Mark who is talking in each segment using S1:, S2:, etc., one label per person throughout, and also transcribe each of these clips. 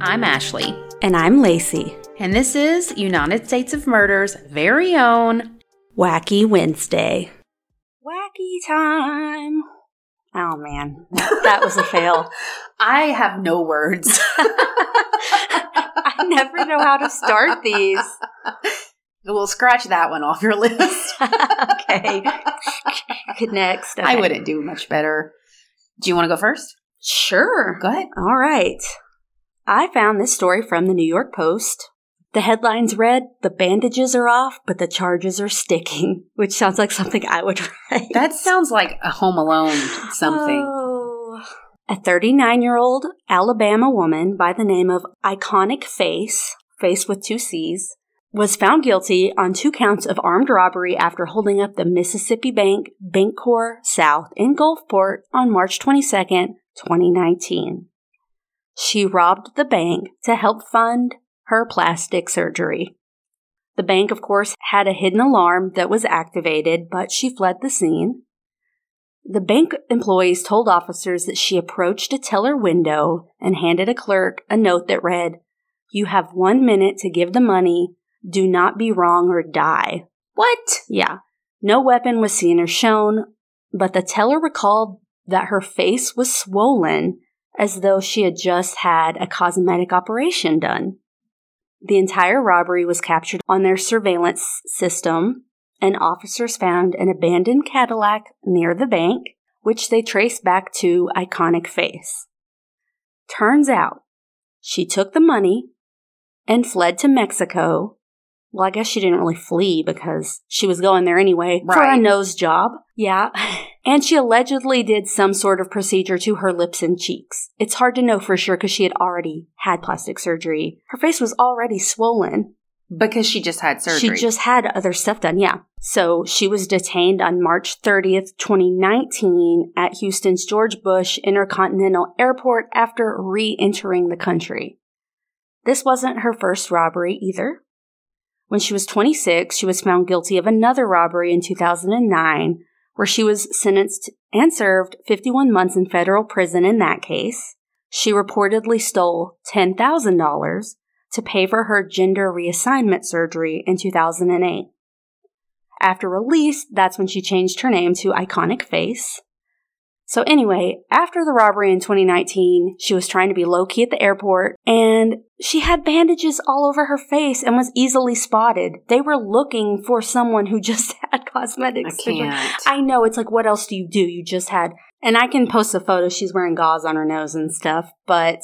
S1: I'm Ashley,
S2: And I'm Lacey.
S1: and this is United States of Murder's very own.
S2: Wacky Wednesday. Wacky time. Oh man, that was a fail.
S1: I have no words.
S2: I never know how to start these.
S1: we'll scratch that one off your list.
S2: okay. Good next.
S1: I
S2: Okay.
S1: wouldn't do much better. Do you want to go first?
S2: Sure.
S1: Go ahead.
S2: All right. I found this story from the New York Post. The headlines read, The bandages are off, but the charges are sticking, which sounds like something I would write.
S1: That sounds like a Home Alone something.
S2: Oh. A 39 year old Alabama woman by the name of Iconic Face, face with two C's, was found guilty on two counts of armed robbery after holding up the Mississippi Bank, Bancor South in Gulfport on March 22nd, 2019. She robbed the bank to help fund her plastic surgery. The bank, of course, had a hidden alarm that was activated, but she fled the scene. The bank employees told officers that she approached a teller window and handed a clerk a note that read, You have one minute to give the money. Do not be wrong or die.
S1: What?
S2: Yeah. No weapon was seen or shown, but the teller recalled that her face was swollen as though she had just had a cosmetic operation done. The entire robbery was captured on their surveillance system, and officers found an abandoned Cadillac near the bank, which they traced back to Iconic Face. Turns out she took the money and fled to Mexico. Well, I guess she didn't really flee because she was going there anyway for a
S1: Right.
S2: nose job. Yeah. And she allegedly did some sort of procedure to her lips and cheeks. It's hard to know for sure because she had already had plastic surgery. Her face was already swollen.
S1: Because she just had surgery.
S2: She just had other stuff done, yeah. So she was detained on March 30th, 2019, at Houston's George Bush Intercontinental Airport after re entering the country. This wasn't her first robbery either. When she was 26, she was found guilty of another robbery in 2009, where she was sentenced and served 51 months in federal prison in that case. She reportedly stole $10,000 to pay for her gender reassignment surgery in 2008. After release, that's when she changed her name to Iconic Face. So, anyway, after the robbery in 2019, she was trying to be low key at the airport and she had bandages all over her face and was easily spotted. They were looking for someone who just had cosmetic
S1: I
S2: surgery.
S1: can't.
S2: I know. It's like, what else do you do? You just had, and I can post a photo. She's wearing gauze on her nose and stuff, but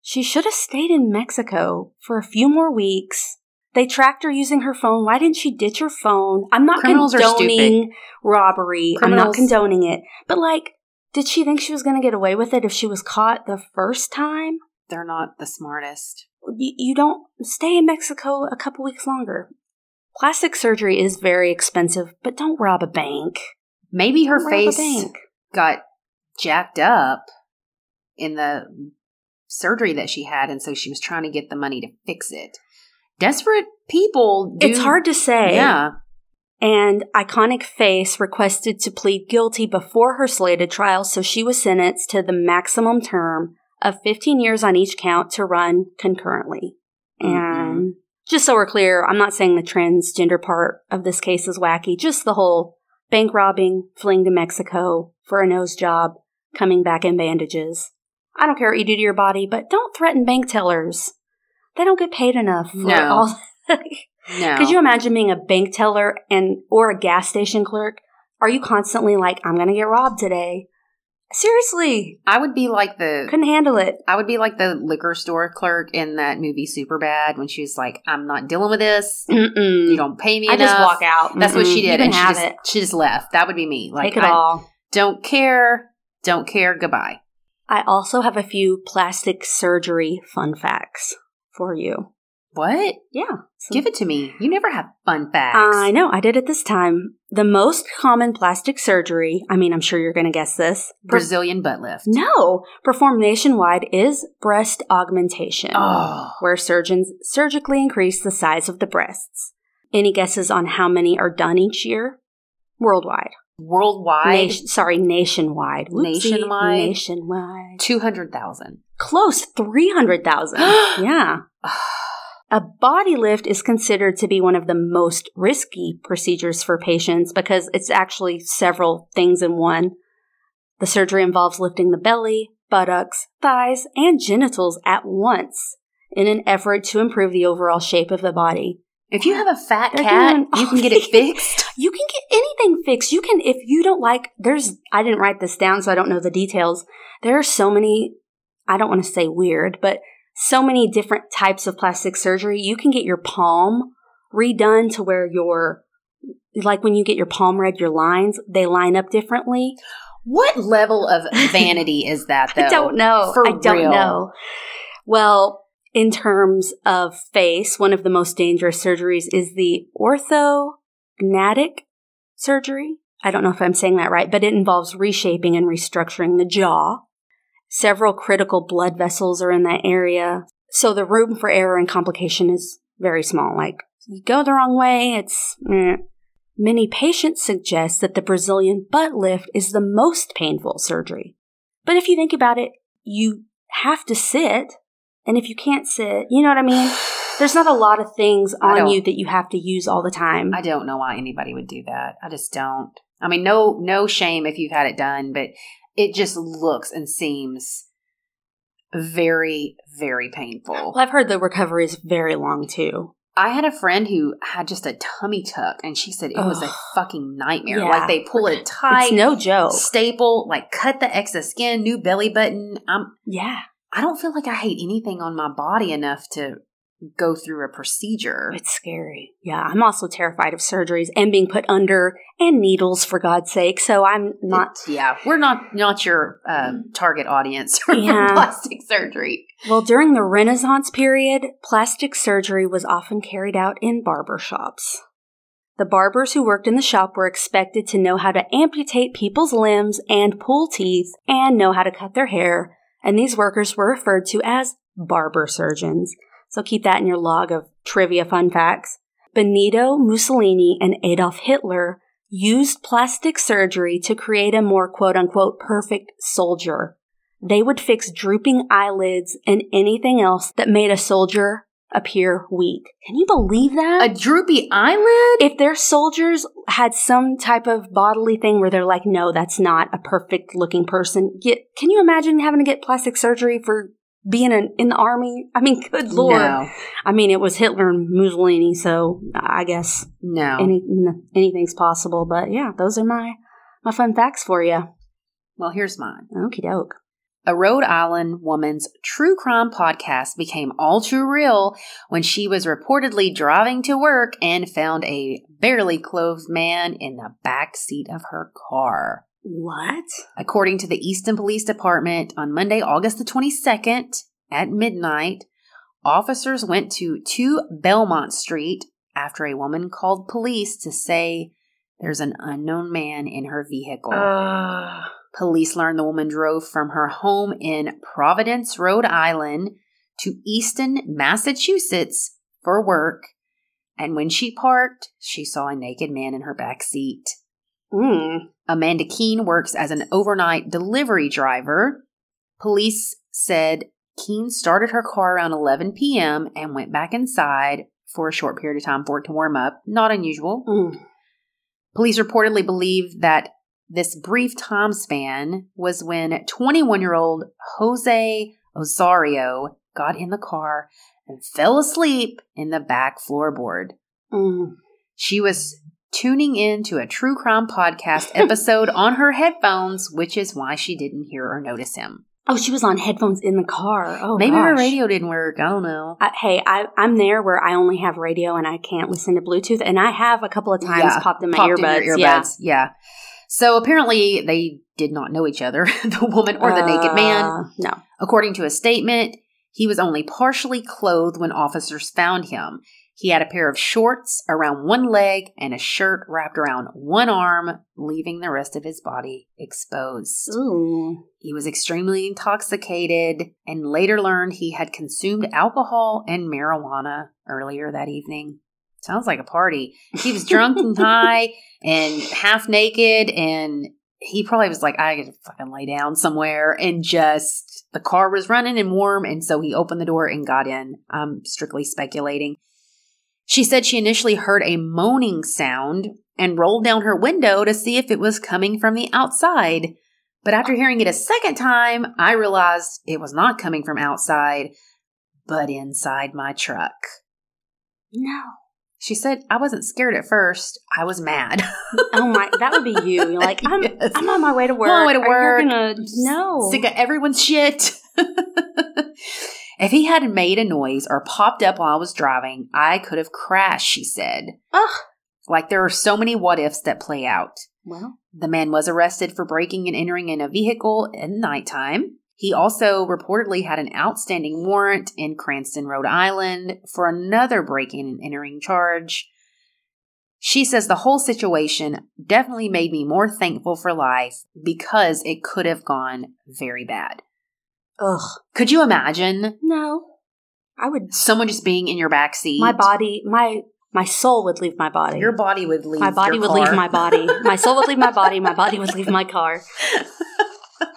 S2: she should have stayed in Mexico for a few more weeks. They tracked her using her phone. Why didn't she ditch her phone? I'm not
S1: Criminals are
S2: condoning robbery. I'm not
S1: Criminals-
S2: condoning it. But like, did she think she was going to get away with it if she was caught the first time?
S1: They're not the smartest.
S2: you, you don't stay in Mexico a couple weeks longer. Plastic surgery is very expensive, but don't rob a bank.
S1: Maybe her
S2: Don't rob a
S1: face got jacked up in the surgery that she had, and so she was trying to get the money to fix it. Desperate people. Do,
S2: It's hard to say.
S1: Yeah,
S2: And Iconic Face requested to plead guilty before her slated trial, so she was sentenced to the maximum term of 15 years on each count to run concurrently.
S1: Mm-hmm.
S2: And just so we're clear, I'm not saying the transgender part of this case is wacky, just the whole bank robbing, fleeing to Mexico for a nose job, coming back in bandages. I don't care what you do to your body, but don't threaten bank tellers. They don't get paid enough for
S1: No.
S2: all.
S1: no.
S2: Could you imagine being a bank teller and or a gas station clerk? Are you constantly like, I'm gonna get robbed today? Seriously,
S1: I would be like the.
S2: couldn't handle it.
S1: I would be like the liquor store clerk in that movie Superbad when she was like, "I'm not dealing with this. You
S2: Mm-mm.
S1: don't pay me
S2: Mm-hmm. I
S1: enough."
S2: just walk out.
S1: That's what
S2: Mm-mm.
S1: she
S2: You
S1: did,
S2: can
S1: and she
S2: have
S1: just,
S2: it.
S1: she just left. That would be me. Like,
S2: Take it
S1: I
S2: all.
S1: don't care, don't care. Goodbye.
S2: I also have a few plastic surgery fun facts for you.
S1: What?
S2: Yeah, some
S1: Give it to me. You never have fun facts.
S2: I know, I did it this time. The most common plastic surgery, I mean, I'm sure you're going to guess this. per-
S1: Brazilian butt lift.
S2: no, performed nationwide is breast augmentation.
S1: Oh,
S2: where surgeons surgically increase the size of the breasts. Any guesses on how many are done each year? Worldwide.
S1: worldwide,
S2: Nation- sorry, nationwide. Whoopsie.
S1: Nationwide?
S2: Nationwide.
S1: two hundred thousand.
S2: Close 300,000. yeah. A body lift is considered to be one of the most risky procedures for patients because it's actually several things in one. The surgery involves lifting the belly, buttocks, thighs, and genitals at once in an effort to improve the overall shape of the body.
S1: If you have a fat
S2: They're
S1: cat,
S2: doing
S1: you
S2: all
S1: can get it
S2: these-
S1: fixed.
S2: You can get anything fixed. You can, if you don't like, there's, I didn't write this down, so I don't know the details. There are so many, I don't want to say weird, but so many different types of plastic surgery. You can get your palm redone to where your, like when you get your palm read, your lines, they line up differently.
S1: What level of vanity is that, though?
S2: I don't know.
S1: For
S2: I don't
S1: real.
S2: know. Well, in terms of face, one of the most dangerous surgeries is the orthognatic surgery. I don't know if I'm saying that right, but it involves reshaping and restructuring the jaw. Several critical blood vessels are in that area. So the room for error and complication is very small. Like, you go the wrong way, it's. eh. Many patients suggest that the Brazilian butt lift is the most painful surgery. But if you think about it, you have to sit. And if you can't sit, you know what I mean? There's not a lot of things
S1: I
S2: on
S1: don't-
S2: you that you have to use all the time.
S1: I don't know why anybody would do that. I just don't. I mean, no, no shame if you've had it done, but it just looks and seems very, very painful.
S2: well, I've heard the recovery is very long too.
S1: I had a friend who had just a tummy tuck, and she said it was a
S2: Ugh.
S1: fucking nightmare.
S2: Yeah.
S1: Like they pull it
S2: it's
S1: tight,
S2: no joke.
S1: staple, like cut the excess skin, new belly button. I'm.
S2: yeah.
S1: I don't feel like I hate anything on my body enough to go through a procedure.
S2: It's scary. Yeah. I'm also terrified of surgeries and being put under and needles for God's sake. So I'm not.
S1: It- yeah, we're not not your uh, target audience for
S2: Mm-hmm. Yeah.
S1: plastic surgery.
S2: Well, during the Renaissance period, plastic surgery was often carried out in barber shops. The barbers who worked in the shop were expected to know how to amputate people's limbs and pull teeth and know how to cut their hair, and these workers were referred to as barber surgeons. So keep that in your log of trivia fun facts. Benito Mussolini and Adolf Hitler used plastic surgery to create a more quote unquote perfect soldier. They would fix drooping eyelids and anything else that made a soldier appear weak. Can you believe
S1: A
S2: that?
S1: droopy eyelid.
S2: if their soldiers had some type of bodily thing where they're like, no, that's not a perfect looking person, get, can you imagine having to get plastic surgery for being in, in the army? I mean, good lord.
S1: No,
S2: I mean, it was Hitler and Mussolini, so I guess
S1: no.
S2: any, n- anything's possible. But yeah, those are my, my fun facts for you.
S1: well, here's mine.
S2: Okie doke.
S1: A Rhode Island woman's true crime podcast became all too real when she was reportedly driving to work and found a barely clothed man in the back seat of her car.
S2: What?
S1: According to the Easton Police Department, on Monday, August the 22nd at midnight, officers went to 2 Belmont Street after a woman called police to say there's an unknown man in her vehicle.
S2: Oh.
S1: Uh. Police learned the woman drove from her home in Providence, Rhode Island to Easton, Massachusetts for work. And when she parked, she saw a naked man in her back seat.
S2: Mm.
S1: Amanda Keene works as an overnight delivery driver. Police said Keene started her car around 11 p.m. and went back inside for a short period of time for it to warm up. Not unusual.
S2: Mm.
S1: Police reportedly believe that this brief time span was when 21 year old Jose Osario got in the car and fell asleep in the back floorboard.
S2: Mm.
S1: She was tuning in to a true crime podcast episode on her headphones, which is why she didn't hear or notice him.
S2: Oh, she was on headphones in the car. Oh,
S1: Maybe her
S2: gosh.
S1: radio didn't work. I don't know.
S2: I, hey, I, I'm there where I only have radio and I can't listen to Bluetooth, and I have a couple of times
S1: Yeah,
S2: popped in my
S1: Popped in
S2: earbuds.
S1: your
S2: Yeah,
S1: earbuds. Yeah. So apparently they did not know each other, the woman or the naked man.
S2: Uh, No.
S1: According to a statement, he was only partially clothed when officers found him. He had a pair of shorts around one leg and a shirt wrapped around one arm, leaving the rest of his body exposed.
S2: Ooh.
S1: He was extremely intoxicated and later learned he had consumed alcohol and marijuana earlier that evening. Sounds like a party. He was drunk and high and half naked, and he probably was like, I could fucking lay down somewhere and just the car was running and warm. And so he opened the door and got in. I'm strictly speculating. She said she initially heard a moaning sound and rolled down her window to see if it was coming from the outside. But after hearing it a second time, I realized it was not coming from outside, but inside my truck.
S2: No.
S1: She said, I wasn't scared at first. I was mad.
S2: Oh my, that would be you. You're like, I'm,
S1: Yes.
S2: I'm on my way to work.
S1: on my way to
S2: Are you
S1: work.
S2: gonna- no.
S1: Sick of everyone's shit. if he hadn't made a noise or popped up while I was driving, I could have crashed, she said.
S2: Ugh.
S1: Like there are so many what ifs that play out.
S2: Well,
S1: The man was arrested for breaking and entering in a vehicle at nighttime. He also reportedly had an outstanding warrant in Cranston, Rhode Island for another breaking and entering charge. She says the whole situation definitely made me more thankful for life because it could have gone very bad.
S2: ugh.
S1: Could you imagine
S2: No. I would,
S1: someone just being in your backseat?
S2: my body, my, my soul would leave my body.
S1: Your body would leave.
S2: my body
S1: your
S2: would
S1: car.
S2: leave my body. My soul would leave my body. My body would leave my car.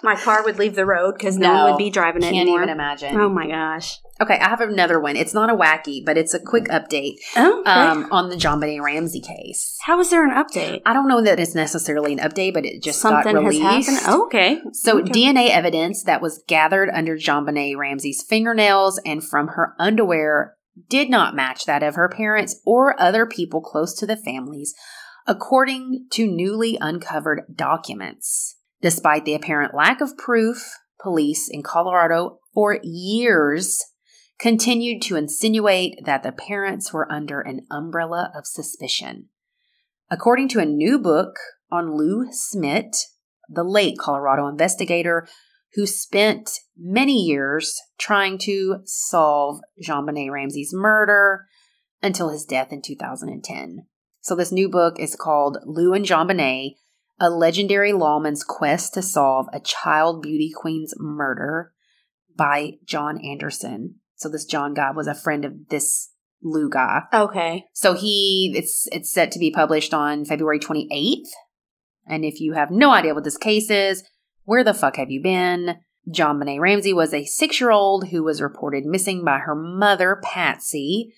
S2: My car would leave the road because no, one
S1: No.
S2: would be driving it
S1: Can't
S2: anymore.
S1: even imagine.
S2: Oh my gosh.
S1: Okay, I have another one. It's not a wacky, but it's a quick update.
S2: Oh, okay.
S1: um, on the John Benet Ramsey case.
S2: how is there an update?
S1: I don't know that it's necessarily an update, but it just
S2: Something
S1: got
S2: has
S1: released.
S2: happened. Oh, okay.
S1: So
S2: Okay.
S1: DNA evidence that was gathered under John Benet Ramsey's fingernails and from her underwear did not match that of her parents or other people close to the families, according to newly uncovered documents. Despite the apparent lack of proof, police in Colorado for years continued to insinuate that the parents were under an umbrella of suspicion. According to a new book on Lou Smith, the late Colorado investigator who spent many years trying to solve Jean Bonnet Ramsey's murder until his death in 2010. So, this new book is called Lou and Jean Bonnet A Legendary Lawman's Quest to Solve a Child Beauty Queen's Murder by John Anderson. So, this John guy was a friend of this Lou guy.
S2: Okay.
S1: So he it's it's set to be published on February 28th. And if you have no idea what this case is, where the fuck have you been? John Benet Ramsey was a six-year-old who was reported missing by her mother, Patsy,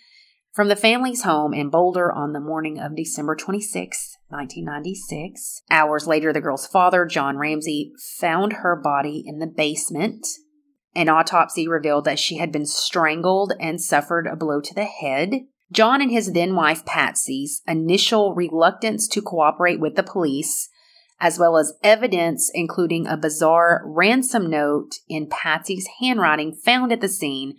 S1: from the family's home in Boulder on the morning of December 26, 1996. Hours later, the girl's father, John Ramsey, found her body in the basement. An autopsy revealed that she had been strangled and suffered a blow to the head. John and his then wife Patsy's initial reluctance to cooperate with the police, as well as evidence including a bizarre ransom note in Patsy's handwriting found at the scene,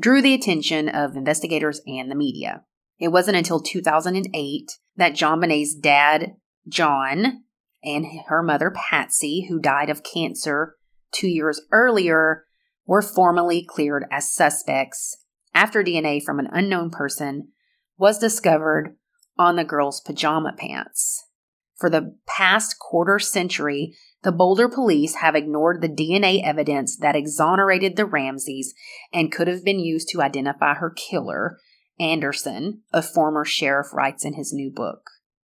S1: drew the attention of investigators and the media. It wasn't until 2008 that John Bonet's dad, John, and her mother, Patsy, who died of cancer two years earlier, were formally cleared as suspects after DNA from an unknown person was discovered on the girl's pajama pants. For the past quarter century, the Boulder police have ignored the DNA evidence that exonerated the Ramseys and could have been used to identify her killer, Anderson, a former sheriff writes in his new book.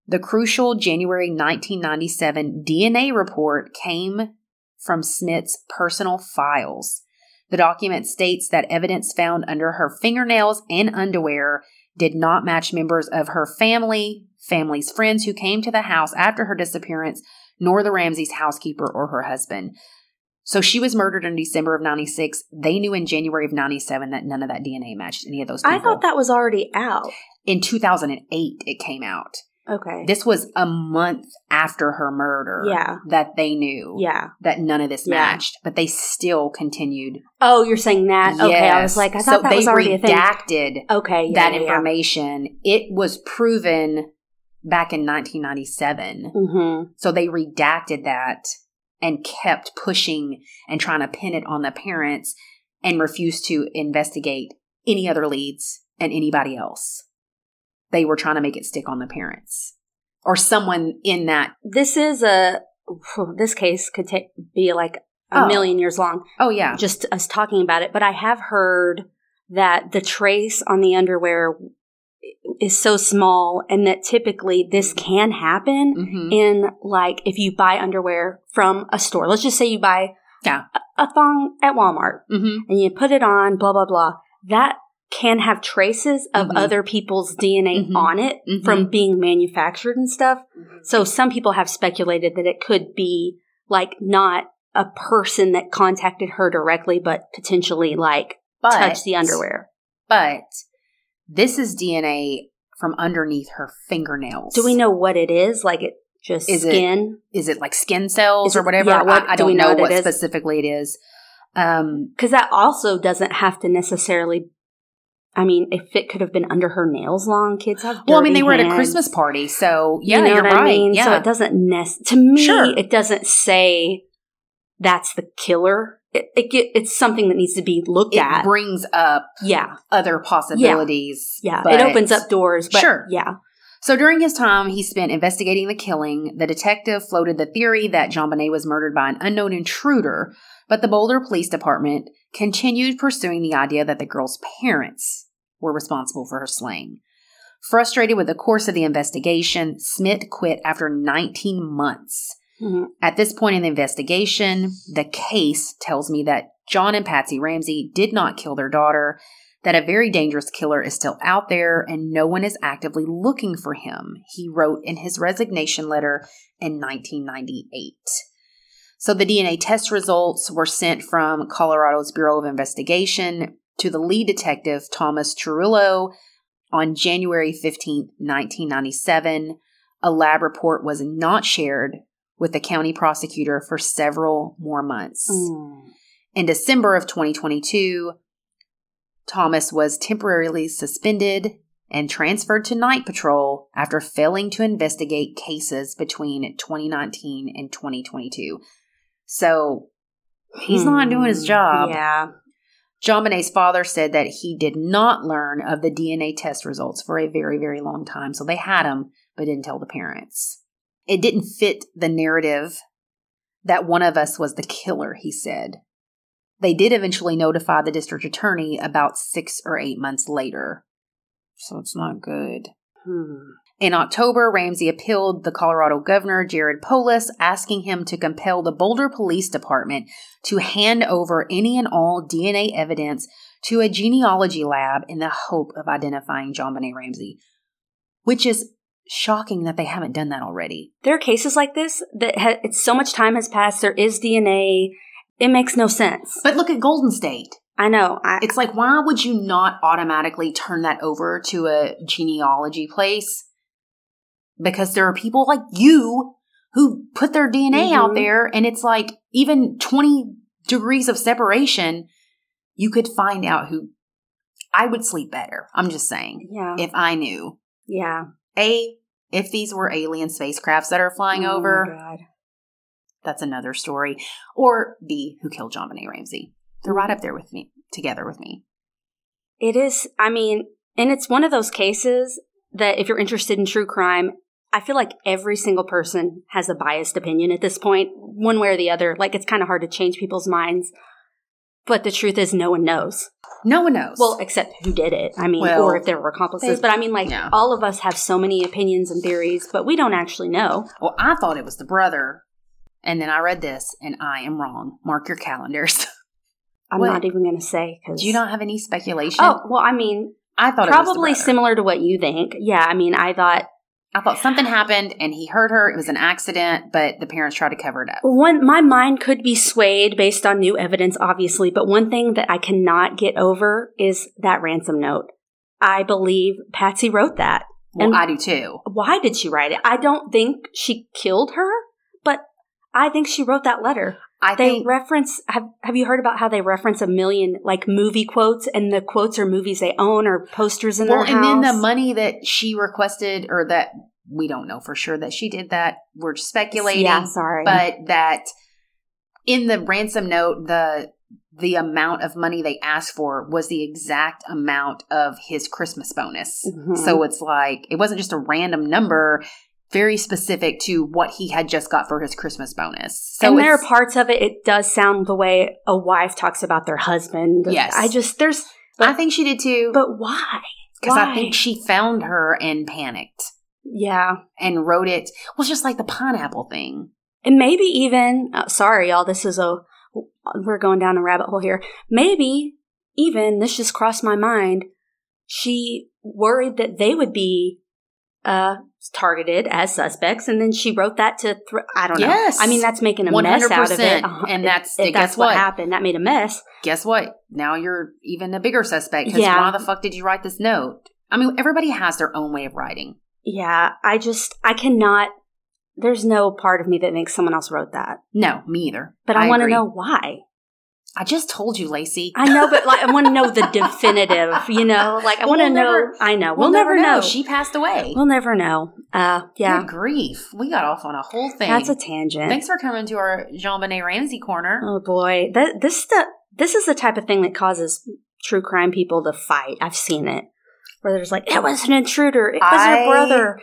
S1: The crucial January 1997 DNA report came from Smith's personal files. The document states that evidence found under her fingernails and underwear did not match members of her family, family's friends who came to the house after her disappearance, nor the Ramsey's housekeeper or her husband. So she was murdered in December of 96. They knew in January of 97 that none of that DNA matched any of those people.
S2: I thought that was already out.
S1: in 2008 it came out.
S2: Okay.
S1: This was a month after her murder
S2: Yeah.
S1: that they knew
S2: yeah.
S1: that none of this
S2: Yeah.
S1: matched, but they still continued
S2: Oh, you're saying that? Okay. I was
S1: Yes.
S2: like, I thought
S1: so
S2: that
S1: they
S2: was already a thing.
S1: redacted
S2: Okay. yeah,
S1: that
S2: yeah, yeah.
S1: information. It was proven back in 1997,
S2: Mhm.
S1: so they redacted that and kept pushing and trying to pin it on the parents and refused to investigate any other leads and anybody else. They were trying to make it stick on the parents or someone in that.
S2: This is a. This case could take be like a
S1: Oh.
S2: million years long.
S1: Oh yeah,
S2: just us talking about it, but I have heard that the trace on the underwear is so small and that typically this can happen
S1: Mhm.
S2: in like if you buy underwear from a store. Let's just say you buy
S1: Yeah.
S2: a, a thong at Walmart
S1: Mhm.
S2: and you put it on, blah, blah, blah. That can have traces of
S1: Mhm.
S2: other people's DNA
S1: Mhm.
S2: on it
S1: Mhm.
S2: from being manufactured and stuff.
S1: Mm-hmm.
S2: So some people have speculated that it could be like not a person that contacted her directly, but potentially like
S1: But-
S2: touch the underwear.
S1: But this is DNA from underneath her fingernails.
S2: Do we know what it is? Like it just
S1: Is it-
S2: skin?
S1: Is it like skin cells
S2: Is
S1: or
S2: it-
S1: whatever?
S2: yeah, what-
S1: I, I
S2: do
S1: don't
S2: we know
S1: know,
S2: what
S1: what
S2: it is?
S1: specifically it is. Um,
S2: Because that also doesn't have to necessarily. I mean, if it could have been under her nails long, kids have.
S1: well, I mean,
S2: dirty
S1: they were at a
S2: hands.
S1: Christmas party, so
S2: You
S1: yeah,
S2: know
S1: are
S2: what
S1: right.
S2: I mean?
S1: Yeah.
S2: So it doesn't nest to me.
S1: Sure.
S2: It doesn't say that's the killer. It, it ge- it's something that needs to be looked
S1: It
S2: at.
S1: brings up
S2: yeah,
S1: other possibilities.
S2: yeah.
S1: but-
S2: it opens up doors. But
S1: Sure.
S2: Yeah.
S1: So during his time, he spent investigating the killing. The detective floated the theory that Jean Bonnet was murdered by an unknown intruder, but the Boulder Police Department continued pursuing the idea that the girl's parents were responsible for her slaying. Frustrated with the course of the investigation, Smith quit after 19 months.
S2: Mhm.
S1: At this point in the investigation, the case tells me that John and Patsy Ramsey did not kill their daughter, that a very dangerous killer is still out there, and no one is actively looking for him, he wrote in his resignation letter in 1998. So the DNA test results were sent from Colorado's Bureau of Investigation to the lead detective, Thomas Trujillo, on January 15, 1997. A lab report was not shared with the county prosecutor for several more months.
S2: Mm.
S1: In December of 2022, Thomas was temporarily suspended and transferred to night patrol after failing to investigate cases between 2019 and 2022. So he's not doing his
S2: Hmm.
S1: job.
S2: Yeah.
S1: John Bonet's father said that he did not learn of the DNA test results for a very, very long time. So they had him, but didn't tell the parents. It didn't fit the narrative that one of us was the killer, he said. They did eventually notify the district attorney about six or eight months later. So it's not good.
S2: Hmm.
S1: In October, Ramsey appealed the Colorado governor, Jared Polis, asking him to compel the Boulder Police Department to hand over any and all DNA evidence to a genealogy lab in the hope of identifying John Bonet Ramsey, which is shocking that they haven't done that already.
S2: There are cases like this that ha- it's so much time has passed. There is DNA. It makes no sense.
S1: But look at Golden State.
S2: I know. I,
S1: It's like, why would you not automatically turn that over to a genealogy place? Because there are people like you who put their DNA out
S2: Mhm.
S1: there, and it's like even 20 degrees of separation, you could find out who. I would sleep better. I'm just saying.
S2: yeah.
S1: If I knew.
S2: yeah.
S1: A, if these were alien spacecrafts that are flying
S2: Oh my
S1: over,
S2: God.
S1: that's another story. Or B, who killed John Bonet Ramsey. They're right up there with me, together with me.
S2: It is. I mean, and it's one of those cases that if you're interested in true crime, I feel like every single person has a biased opinion at this point, one way or the other. Like it's kind of hard to change people's minds. But the truth is, no one knows.
S1: No one knows.
S2: Well, except who did it. I mean,
S1: Well,
S2: or if there were accomplices.
S1: they-
S2: but I mean, like,
S1: yeah.
S2: all of us have so many opinions and theories, but we don't actually know.
S1: Well, I thought it was the brother. And then I read this, and I am wrong. Mark your calendars.
S2: I'm
S1: What?
S2: not even going to say because.
S1: Do you not have any speculation?
S2: Oh, well, I mean,
S1: I thought
S2: probably
S1: it was the brother.
S2: similar to what you think. Yeah, I mean, I thought
S1: I thought something happened, and he hurt her. It was an accident, but the parents tried to cover it up.
S2: One, my mind could be swayed based on new evidence, obviously, but one thing that I cannot get over is that ransom note. I believe Patsy wrote that.
S1: Well,
S2: And-
S1: I do too.
S2: Why did she write it? I don't think she killed her, but I think she wrote that letter.
S1: I
S2: They
S1: think
S2: reference have have you heard about how they reference a million like movie quotes and the quotes are movies they own or posters in
S1: well,
S2: their
S1: and then the
S2: house?
S1: money that she requested, or that we don't know for sure that she did that. We're speculating,
S2: Yeah, sorry.
S1: but that in the ransom note, the the amount of money they asked for was the exact amount of his Christmas bonus.
S2: Mhm.
S1: So it's like it wasn't just a random number, very specific to what he had just got for his Christmas bonus. So
S2: and there are
S1: it's-
S2: parts of it, it does sound the way a wife talks about their husband.
S1: Yes.
S2: I just, there's,
S1: I think she did too.
S2: but why?
S1: Because I
S2: Why?
S1: think she found her and panicked
S2: Yeah.
S1: and wrote it. Well, it's just like the pineapple thing.
S2: And maybe even, uh, sorry, y'all, this is a, we're going down a rabbit hole here. Maybe even, this just crossed my mind, she worried that they would be uh, targeted as suspects, and then she wrote that to, thr I don't know.
S1: Yes.
S2: I mean, that's making a mess out of
S1: 100%.
S2: it. Uh-huh.
S1: And
S2: If-
S1: that's-
S2: if,
S1: guess
S2: that's what,
S1: what?
S2: happened. That made a mess.
S1: Guess what? Now you're even a bigger suspect because
S2: Yeah.
S1: why the fuck did you write this note? I mean, everybody has their own way of writing.
S2: Yeah, I just, I cannot, there's no part of me that thinks someone else wrote that.
S1: No, me either.
S2: But I, want to
S1: agree.
S2: know why.
S1: I just told you, Lacey.
S2: I know, but like I want to know the definitive, you know? Like I want to
S1: We'll
S2: know.
S1: never-
S2: I know. We'll, never, know.
S1: She passed away.
S2: we'll never know. Uh, yeah,
S1: Good grief. We got off on a whole thing.
S2: that's a tangent.
S1: Thanks for coming to our Jean Benet Ramsey corner.
S2: Oh boy, that this the this is the type of thing that causes true crime people to fight. I've seen it where there's like it was an intruder, it was
S1: I-
S2: her brother,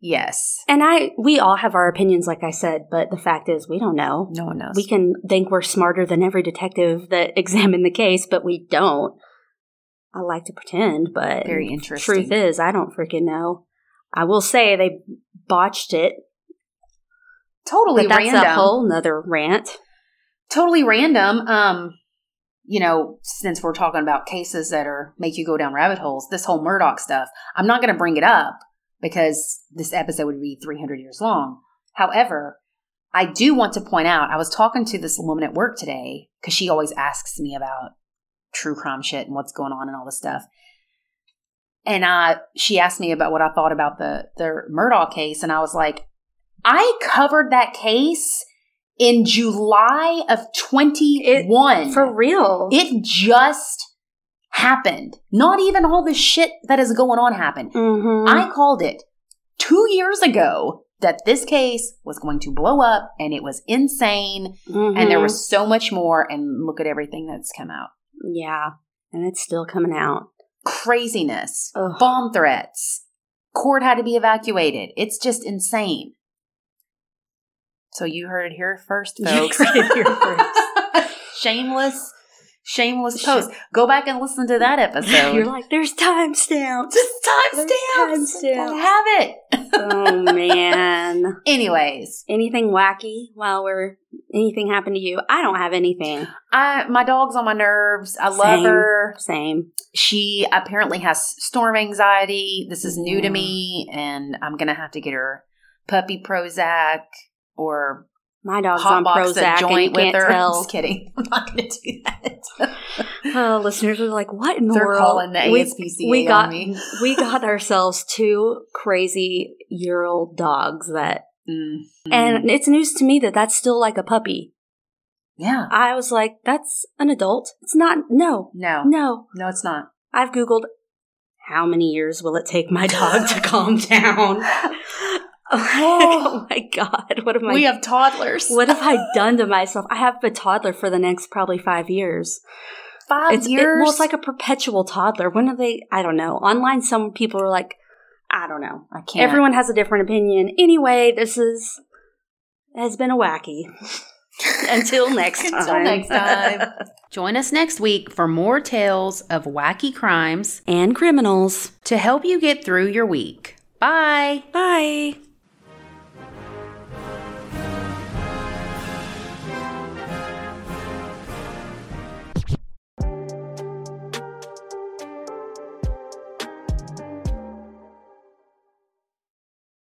S1: Yes.
S2: and I. We all have our opinions, like I said, but the fact is, we don't know.
S1: No one knows.
S2: We can think we're smarter than every detective that examined the case, but we don't. I like to pretend, but
S1: Very interesting.
S2: Truth is, I don't freaking know. I will say they botched it,
S1: totally
S2: but that's
S1: random.
S2: a whole nother rant.
S1: totally random. Um, you know, since we're talking about cases that are make you go down rabbit holes, this whole Murdoch stuff, I'm not going to bring it up because this episode would be 300 years long. However, I do want to point out I was talking to this woman at work today because she always asks me about true crime shit and what's going on and all this stuff. And uh, she asked me about what I thought about the the Murdoch case, and I was like, I covered that case in July of 21.
S2: For real.
S1: it just happened. Not even all the shit that is going on happened.
S2: Mhm.
S1: I called it two years ago that this case was going to blow up and it was insane and there
S2: Mhm.
S1: was so much more and look at everything that's come out.
S2: Yeah. And it's still coming out.
S1: Craziness,
S2: Ugh.
S1: bomb threats, court had to be evacuated. It's just insane. So you heard it here first,
S2: You
S1: folks.
S2: heard it here
S1: shameless, shameless post. Go back and listen to that episode.
S2: You're like, there's timestamps.
S1: just
S2: There's
S1: timestamps.
S2: timestamps.
S1: I have it.
S2: oh man.
S1: Anyways,
S2: Anything wacky while we're anything happened to you? I don't have anything.
S1: I my dog's on my nerves. I love
S2: Same.
S1: her.
S2: Same.
S1: she apparently has storm anxiety. This is new to
S2: Yeah.
S1: me, and I'm gonna have to get her puppy Prozac or
S2: My dog's on
S1: hotbox
S2: Prozac
S1: a
S2: and you
S1: joint with
S2: can't
S1: her. I'm
S2: tell.
S1: just kidding. I'm not gonna do that.
S2: Oh, listeners are like, what in the
S1: They're
S2: world?
S1: calling the
S2: We-
S1: ASPCA on
S2: we got,
S1: me.
S2: we got ourselves two crazy year old dogs that,
S1: Mm.
S2: and it's news to me that that's still like a puppy.
S1: yeah,
S2: I was like, that's an adult. It's not, no,
S1: no, no,
S2: no.
S1: it's not.
S2: I've Googled how many years will it take my dog to calm down? oh my God. What am I?
S1: we have toddlers.
S2: what have I done to myself? I have a toddler for the next probably five years.
S1: Five
S2: It's it-
S1: years.
S2: well, it's like a perpetual toddler. When are they? I don't know. Online, some people are like, I don't know.
S1: I can't.
S2: Everyone has a different opinion. Anyway, this is has been a wacky. Until next time.
S1: Until next time. Join us next week for more tales of wacky crimes
S2: and criminals.
S1: to help you get through your week. Bye.
S2: Bye.